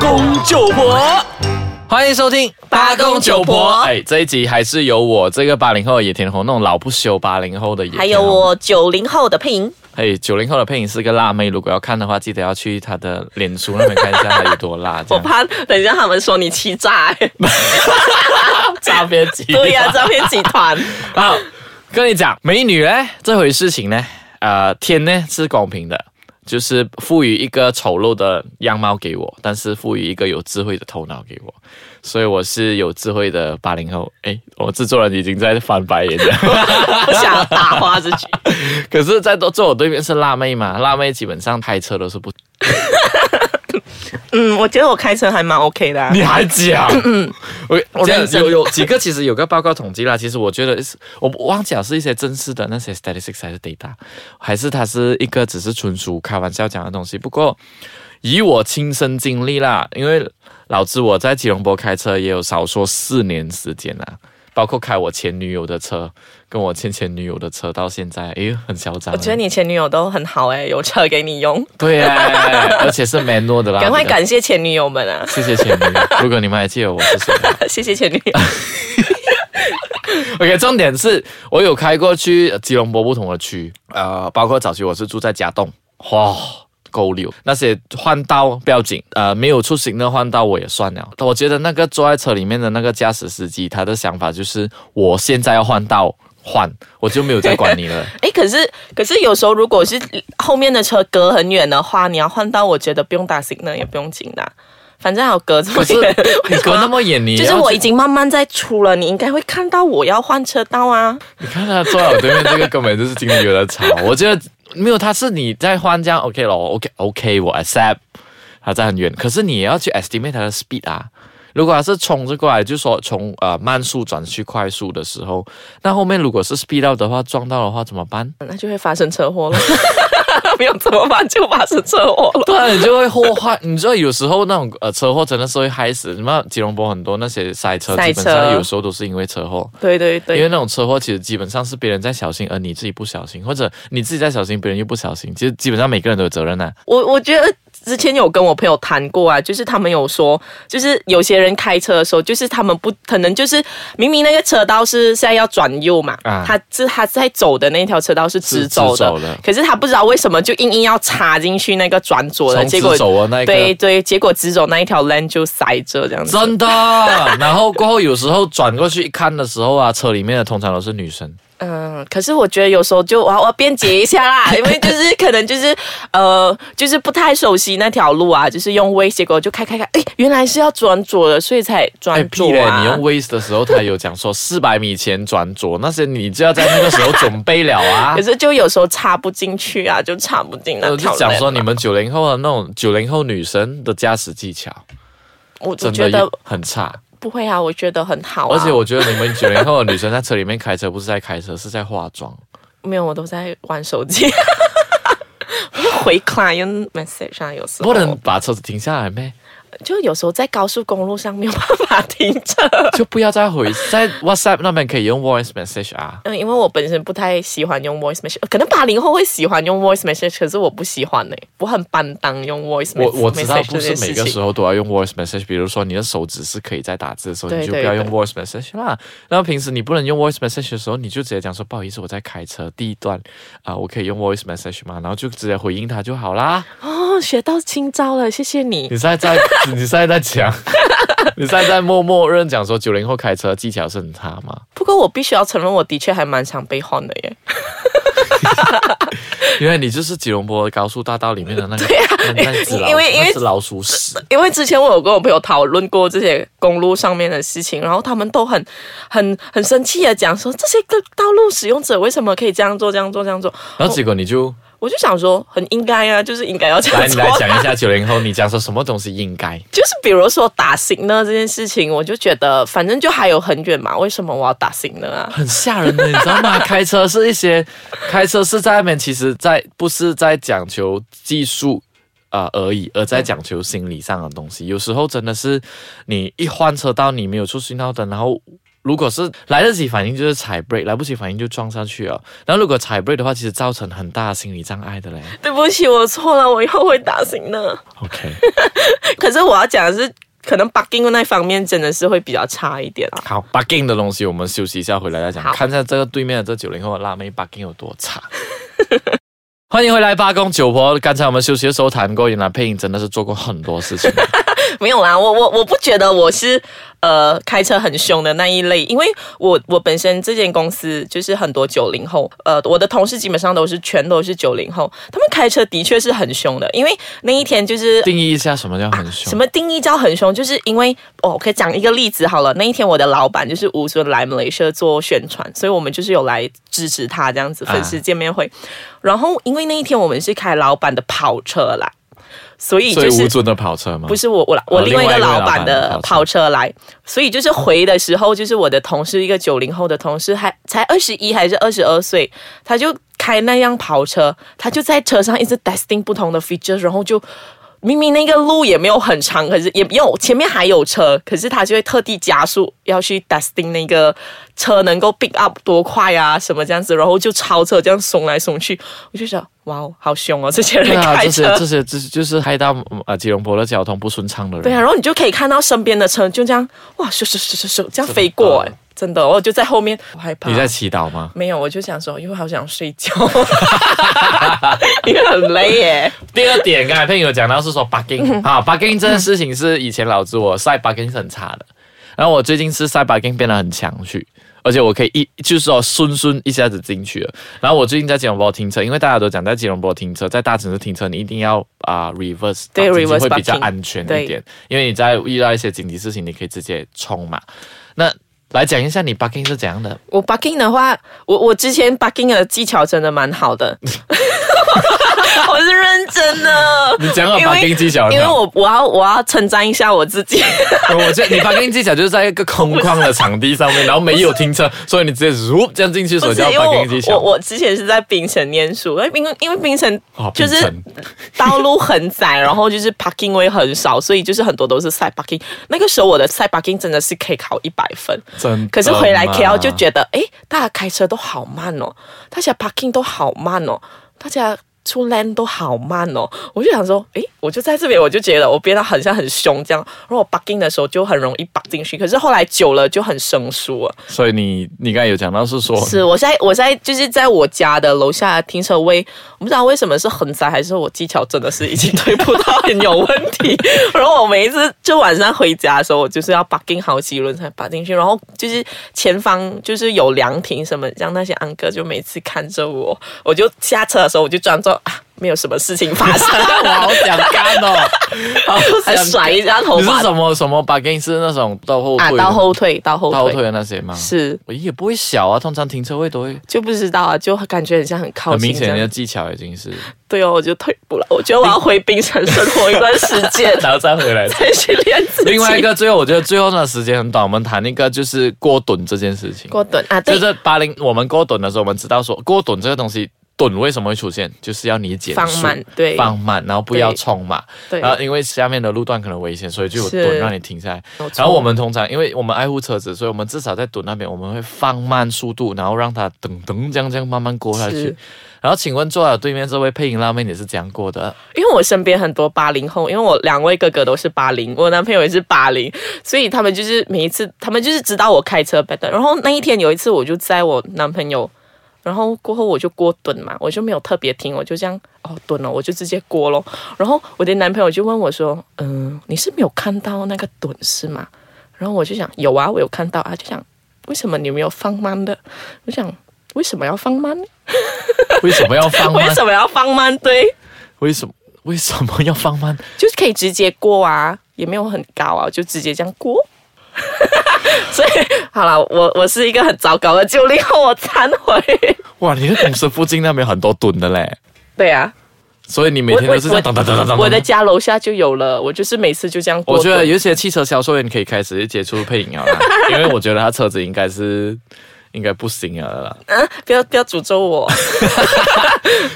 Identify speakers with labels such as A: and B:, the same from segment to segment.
A: 公九婆。
B: 欢迎收听
A: 八公九婆
B: 哎，这一集还是由我这个八零后的野田红，那种老不休八零后的野田红
A: 还有，我九零后的配音，
B: 哎，九零后的配影是个辣妹，如果要看的话，记得要去她的脸书那边看一下她有多辣。这
A: 我
B: 样
A: 怕等一下他们说你欺诈、欸。
B: 诈骗集团
A: 对呀、诈骗集 团。
B: 好，跟你讲，美女呢这回事情呢，呃，天呢是公平的，就是赋予一个丑陋的样貌给我，但是赋予一个有智慧的头脑给我，所以我是有智慧的八零后。诶，我制作人已经在翻白眼了。
A: 不想打花自己，
B: 可是，在坐我对面是辣妹嘛，辣妹基本上开车都是不，
A: 嗯，我觉得我开车还蛮 OK 的、啊。
B: 你还讲？我嗯我
A: 这样
B: 讲有有几个其实有个报告统计啦，其实我觉得是我我忘记了是一些真实的那些 statistics 还是 data，还是它是一个只是纯属开玩笑讲的东西。不过以我亲身经历啦，因为老子我在吉隆坡开车也有少说四年时间啦。包括开我前女友的车，跟我前前女友的车，到现在，哎呦，很嚣张啊。
A: 我觉得你前女友都很好哎、有车给你用，
B: 对啊，而且是 manual 的啦。
A: 赶快
B: 啊比较
A: 感谢前女友们啊！
B: 谢谢前女友。如果你们还记得我是谁的话
A: 谢谢前女友。
B: ，OK，重点是我有开过去吉隆坡不同的区，呃，包括早期我是住在家栋，哇。勾留那些换道不要紧，呃，没有出行的换道我也算了。我觉得那个坐在车里面的那个驾驶司机，他的想法就是我现在要换道换，我就没有再管你 了。
A: 哎，可是可是有时候如果是后面的车隔很远的话，你要换到我觉得不用打 signal 也不用紧的啊、反正还有隔这么
B: 可是
A: 远，
B: 你隔那么远，你
A: 就是
B: 要
A: 我已经慢慢在出了，你应该会看到我要换车道啊。
B: 你看他坐在我对面，这个根本就是经理有的吵。我觉得没有，他是你在换这样 OK 咯，OK OK，我 accept。他在很远，可是你也要去 estimate 他的 speed 啊。如果他是冲着过来，就说从呃慢速转去快速的时候，那后面如果是 speed up 的话，撞到的话怎么办？
A: 那就会发生车祸了。 没有怎么办，就发生车祸了。
B: 对啊，你就会祸害。你知道有时候那种呃车祸真的是会害死。你知道吉隆坡很多那些塞车，
A: 塞
B: 基
A: 车
B: 本上有时候都是因为车祸。
A: 对
B: 因
A: 对
B: 为
A: 对，
B: 那种车祸其实基本上是别人在小心，而你自己不小心，或者你自己在小心，别人又不小心，其实基本上每个人都有责任呐、啊
A: 我我觉得之前有跟我朋友谈过啊，就是他们有说，就是有些人开车的时候，就是他们不可能就是明明那个车道是现在要转右嘛，
B: 啊
A: 他是他在走的那条车道是直走
B: 直
A: 的，
B: 走的
A: 可是他不知道为什么就硬硬要插进去那个转左的，
B: 从
A: 结
B: 直
A: 果
B: 走啊那一
A: 对
B: 个。
A: 对，结果直走那一条 lane 就塞着这样子。
B: 真 的，然后过后有时候转过去一看的时候啊，车里面的通常都是女生，
A: 嗯，可是我觉得有时候就我要我要辩解一 下啦，因为就是可能就是呃，就是不太熟悉那条路啊，就是用 Waze，结果就开开开，哎，原来是要转左的，所以才
B: 哎
A: 转左
B: 屁嘞！
A: 啊。
B: 你用 Waze 的时候，他有讲说四百米前转左，那些你就要在那个时候准备了啊
A: 可。是就有时候插不进去啊，就插不进那
B: 我
A: 条
B: 就
A: 路。啊
B: 讲说，你们九零后的那种九零后女生的驾驶技巧，
A: 我我
B: 真
A: 觉得
B: 的很差。
A: 不会啊，我觉得很好、啊。
B: 而且我觉得你们九零后的女生在车里面开车，不是在开车，是在化妆。
A: 哦没有，我都在玩手机， 我就回 client message 上有时候
B: 不能把车子停下来咩？
A: 就有时候在高速公路上没有办法停车。
B: 就不要再回在 WhatsApp 那边可以用 voice message 啊。
A: 嗯，因为我本身不太喜欢用 voice message，呃可能八零后会喜欢用 voice message，可是我不喜欢呢、欸我很担当用 voice
B: 我
A: message。
B: 我知道不是每个时
A: 候。
B: 候都要用 voice message，比如说你的手指是可以在打字的时候，
A: 对
B: 你就不要用 voice message 啦。然后平时你不能用 voice message 的时候，你就直接讲说不好意思，我在开车，第一段啊、我可以用 voice message 吗？然后就直接回应他就好 啦。
A: 哦，学到新招了，谢谢你。
B: 你现在在你现在在讲，你现在在默默认讲说九零后开车技巧是很差吗？
A: 不过我必须要承认，我的确还蛮常被换的耶。
B: 因为你就是吉隆坡高速大道里面的那 个，那那只老
A: 啊因为因为
B: 那只老鼠屎。
A: 因为之前我有跟我朋友讨论过这些公路上面的事情，然后他们都很、很、很生气的讲说，这些个道路使用者为什么可以这样做、这样做、这样做？
B: 然后结果你就
A: 我就想说，很应该啊，就是应该 要这样
B: 来，你
A: 做
B: 来
A: 啊。
B: 讲一下九零后，你讲说什么东西应该？
A: 就是比如说打醒呢这件事情，我就觉得反正就还有很远嘛，为什么我要打醒呢啊？
B: 很吓人的，你知道吗？开车是一些，开车是在那边，其实在不是在讲求技术。啊、而已，而在讲求心理上的东西，有时候真的是你一换车道，你没有出信号灯，然后如果是来得及反应就是踩 brake，来不及反应就撞上去了。然后如果踩 brake 的话，其实造成很大的心理障碍的嘞。
A: 对不起，我错了，我以后会打醒呢。
B: OK，
A: 可是我要讲的是，可能 bugging 那一方面真的是会比较差一点啊。
B: 好，bugging 的东西我们休息一下，回来再讲，
A: 好
B: 看一下这个对面的这九零后的辣妹 bugging 有多差。 欢迎回来，八公九婆。刚才我们休息的时候谈过，原来配音真的是做过很多事 情。
A: 没有啦，我我我不觉得我是呃开车很凶的那一类，因为我我本身这间公司就是很多九零后，呃，我的同事基本上都是全都是九零后，他们开车的确是很凶的，因为那一天就是
B: 定义一下什么叫很凶？
A: 什么定义叫很凶，就是因为哦，我可以讲一个例子好了。那一天我的老板就是吴尊来马来西亚做宣传，所以我们就是有来支持他这样子
B: 啊
A: 粉丝见面会。然后因为那一天我们是开老板的跑车来，所以
B: 所
A: 就
B: 以
A: 是
B: 无。尊的跑车吗？
A: 不是我，我我
B: 哦
A: 另外
B: 另外
A: 一个
B: 一位
A: 老
B: 老
A: 板
B: 板的
A: 的
B: 跑
A: 跑车来，所以就是回的时候，就是我的同事一个九零后的同事，还才二十一还是二十二岁，他就开那辆跑车，他就在车上一直 testing 不同的 feature，然后就。明明那个路也没有很长，可是也没有前面还有车，可是他就会特地加速要去 testing 那个车能够 pick up 多快啊什么这样子，然后就超车这样怂来怂去，我就想哇哦好凶哦这些人
B: 对啊，
A: 开
B: 这
A: 车
B: 些，这些这就是害到呃吉隆坡的交通不顺畅的人。
A: 对啊，然后你就可以看到身边的车就这样哇，咻咻咻咻咻这样飞过、哎，真的，我就在后面，我害怕。
B: 你在祈祷吗？
A: 没有，我就想说，因为好想睡 觉，因为很累耶。
B: 第二点，刚才佩影有讲到是说
A: 嗯
B: bugging 啊，bugging 这件事情是以前老子我晒 bugging 是很差的，然后我最近是晒 bugging 变得很强去，而且我可以一就是说顺顺一下子进去了。然后我最近在吉隆坡停车，因为大家都讲在吉隆坡停车，在大城市停车你一定要啊、reverse，
A: 对
B: 打进去
A: reverse
B: 会比较
A: parking
B: 安全
A: 对
B: 一点，因为你在遇到一些紧急事情，你可以直接冲嘛。那来讲一下你 bugging 是怎样的？
A: 我 bugging 的话，我我之前 bugging 的技巧真的蛮好 的，我是认真的。
B: 你讲个
A: 因为
B: bugging 技巧呢，
A: 因为我我要我要称赞一下我自己，
B: 我觉得你发跟技巧就是在一个空旷的场地上面，然后没有停车，所以你直接如这样进去，所
A: 不
B: 以
A: 是
B: 叫
A: 因为
B: 发跟技
A: 我
B: 巧。
A: 我我之前是在槟城念书，因为槟因为槟城
B: 哦
A: 就是
B: 槟城
A: 道路很窄，然后就是 parking 位很少，所以就是很多都是 side parking。那个时候我的 side parking 真的是可以考一百分，
B: 真的
A: 可是回来
B: 吗
A: KL 就觉得，诶，大家开车都好慢哦，大家 parking 都好慢哦，大家。出 land 都好慢哦，我就想说，诶，我就在这边，我就觉得我变得很像很凶这样，然后我 parking 的时候就很容易 b 进去，可是后来久了就很生疏了。
B: 所以你你刚才有讲到是说，，
A: 是，我现在我现在就是在我家的楼下停车位，我不知道为什么是横塞，还是我技巧真的是已经退步到很有问题。 然后我每一次就晚上回家的时候，我就是要 bugging 好几轮才 bug 进去，然后就是前方就是有凉亭什么，让那些安哥就每次看着我，我就下车的时候我就装作啊没有什么事情发生
B: 我好想干哦， 好
A: 还
B: 想干
A: 甩一下头
B: 你是
A: 发
B: 什么什么 bugging 是那种到后
A: 啊，
B: 退的
A: 到后退，到后退，
B: 到后退的那些吗？
A: 是
B: 我也不会小啊，通常停车位都会
A: 就不知道啊，就感觉很像很靠
B: 很
A: 近
B: 明
A: 这
B: 显，
A: 样
B: 你的技巧已经 是，
A: 对哦，我就退步了。我觉得我要回冰城生活一段时
B: ，
A: 间
B: 然后再回来。
A: 再训练自己。
B: 另外一个，最后我觉得最后那时间很短，我们谈一个就是过蹲这件事情。
A: 过顿啊，
B: 就
A: 对，
B: 是八零，我们过蹲的时候，我们知道说过蹲这个东西，蹲为什么会出现，就是要你减速
A: 放慢，对，
B: 放慢，然后不要冲嘛。
A: 对
B: 然，后因为下面的路段可能危险，所以就有
A: 是
B: 蹲让你停下来。
A: 没有错
B: 然后我们通常，因为我们爱护车子，所以我们至少在蹲那边，我们会放慢速度，然后让它噔噔这样这样慢慢过下去
A: 是。
B: 然后请问坐在我对面这位配音辣妹，你是怎样过的？
A: 因为我身边很多八零后，因为我两位哥哥都是八零，我男朋友也是八零，所以他们就是每一次，他们就是知道我开车 b e 然后那一天有一次，我就载我男朋友，然后过后我就过蹲嘛，我就没有特别停，我就这样哦蹲了，我就直接过咯。然后我的男朋友就问我说：“嗯、你是没有看到那个蹲是吗？”然后我就想有啊，我有看到啊，就想为什么你没有放慢的？ 我想为什么要放慢呢？
B: 为什么要放
A: 为
B: 慢？
A: 什么要放慢？对。
B: 为什么为什么要放慢？
A: 就是可以直接过啊，也没有很高啊，就直接这样过。 所以好了，我我是一个很糟糕的九零后，我忏悔。
B: 哇，你的公司附近那边很多蹲的嘞，
A: 对啊，
B: 所以你每
A: 我
B: 天都是这样噔噔噔噔噔噔。
A: 我我的家楼下就有了，我就是每次就这样过。
B: 我觉得有一些汽车销售员可以开始接触配音了啦，因为我觉得他车子应该是应该不行了啦。
A: 啊，不要不要诅咒 我。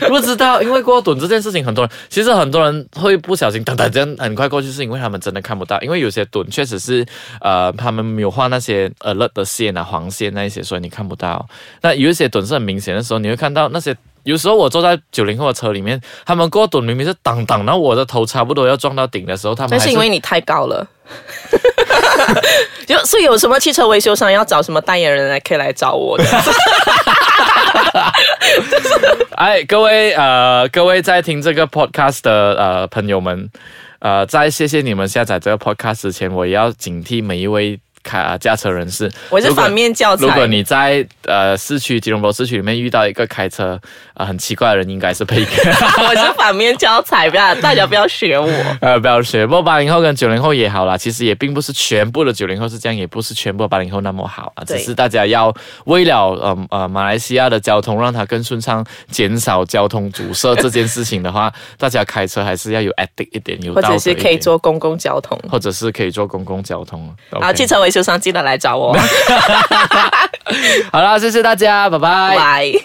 B: 不知道，因为过蹲这件事情，很多人其实很多人会不小心噔噔这样很快过去，是因为他们真的看不到，因为有些蹲确实是呃他们没有画那些 alert 的线啊黄线那一些，所以你看不到。那有一些蹲是很明显的时候，你会看到那些有时候我坐在九零后的车里面，他们过墩明明是当当，然后我的头差不多要撞到顶的时候，他们
A: 那
B: 还
A: 是因为你太高了。 就所以有什么汽车维修商要找什么代言人来，可以来找我的。
B: 哎，各位呃，各位在听这个 podcast 的呃朋友们，呃，在谢谢你们下载这个 podcast 之前，我也要警惕每一位开、呃驾车人士。
A: 我是
B: 如果
A: 反面教材。
B: 如果你在呃市区吉隆坡市区里面遇到一个开车呃很奇怪的人，应该是佩哥。
A: 我是反面教材，不要大家不要学我。
B: 呃，不要学。不过八零后跟九零后也好啦，其实也并不是全部的九零后是这样，也不是全部的八零后那么好啊。
A: 对
B: 只是大家要为了呃呃马来西亚的交通让它更顺畅，减少交通阻塞这件事情的话，大家开车还是要有 ethic 一点，有
A: 或
B: 道德
A: 者
B: 一
A: 是
B: 点
A: 可以，坐公共交通。
B: 或者是可以坐公共交通。
A: 好，汽
B: OK
A: 车维修商记得来找我。
B: 好啦，谢谢大家，拜拜。
A: 拜。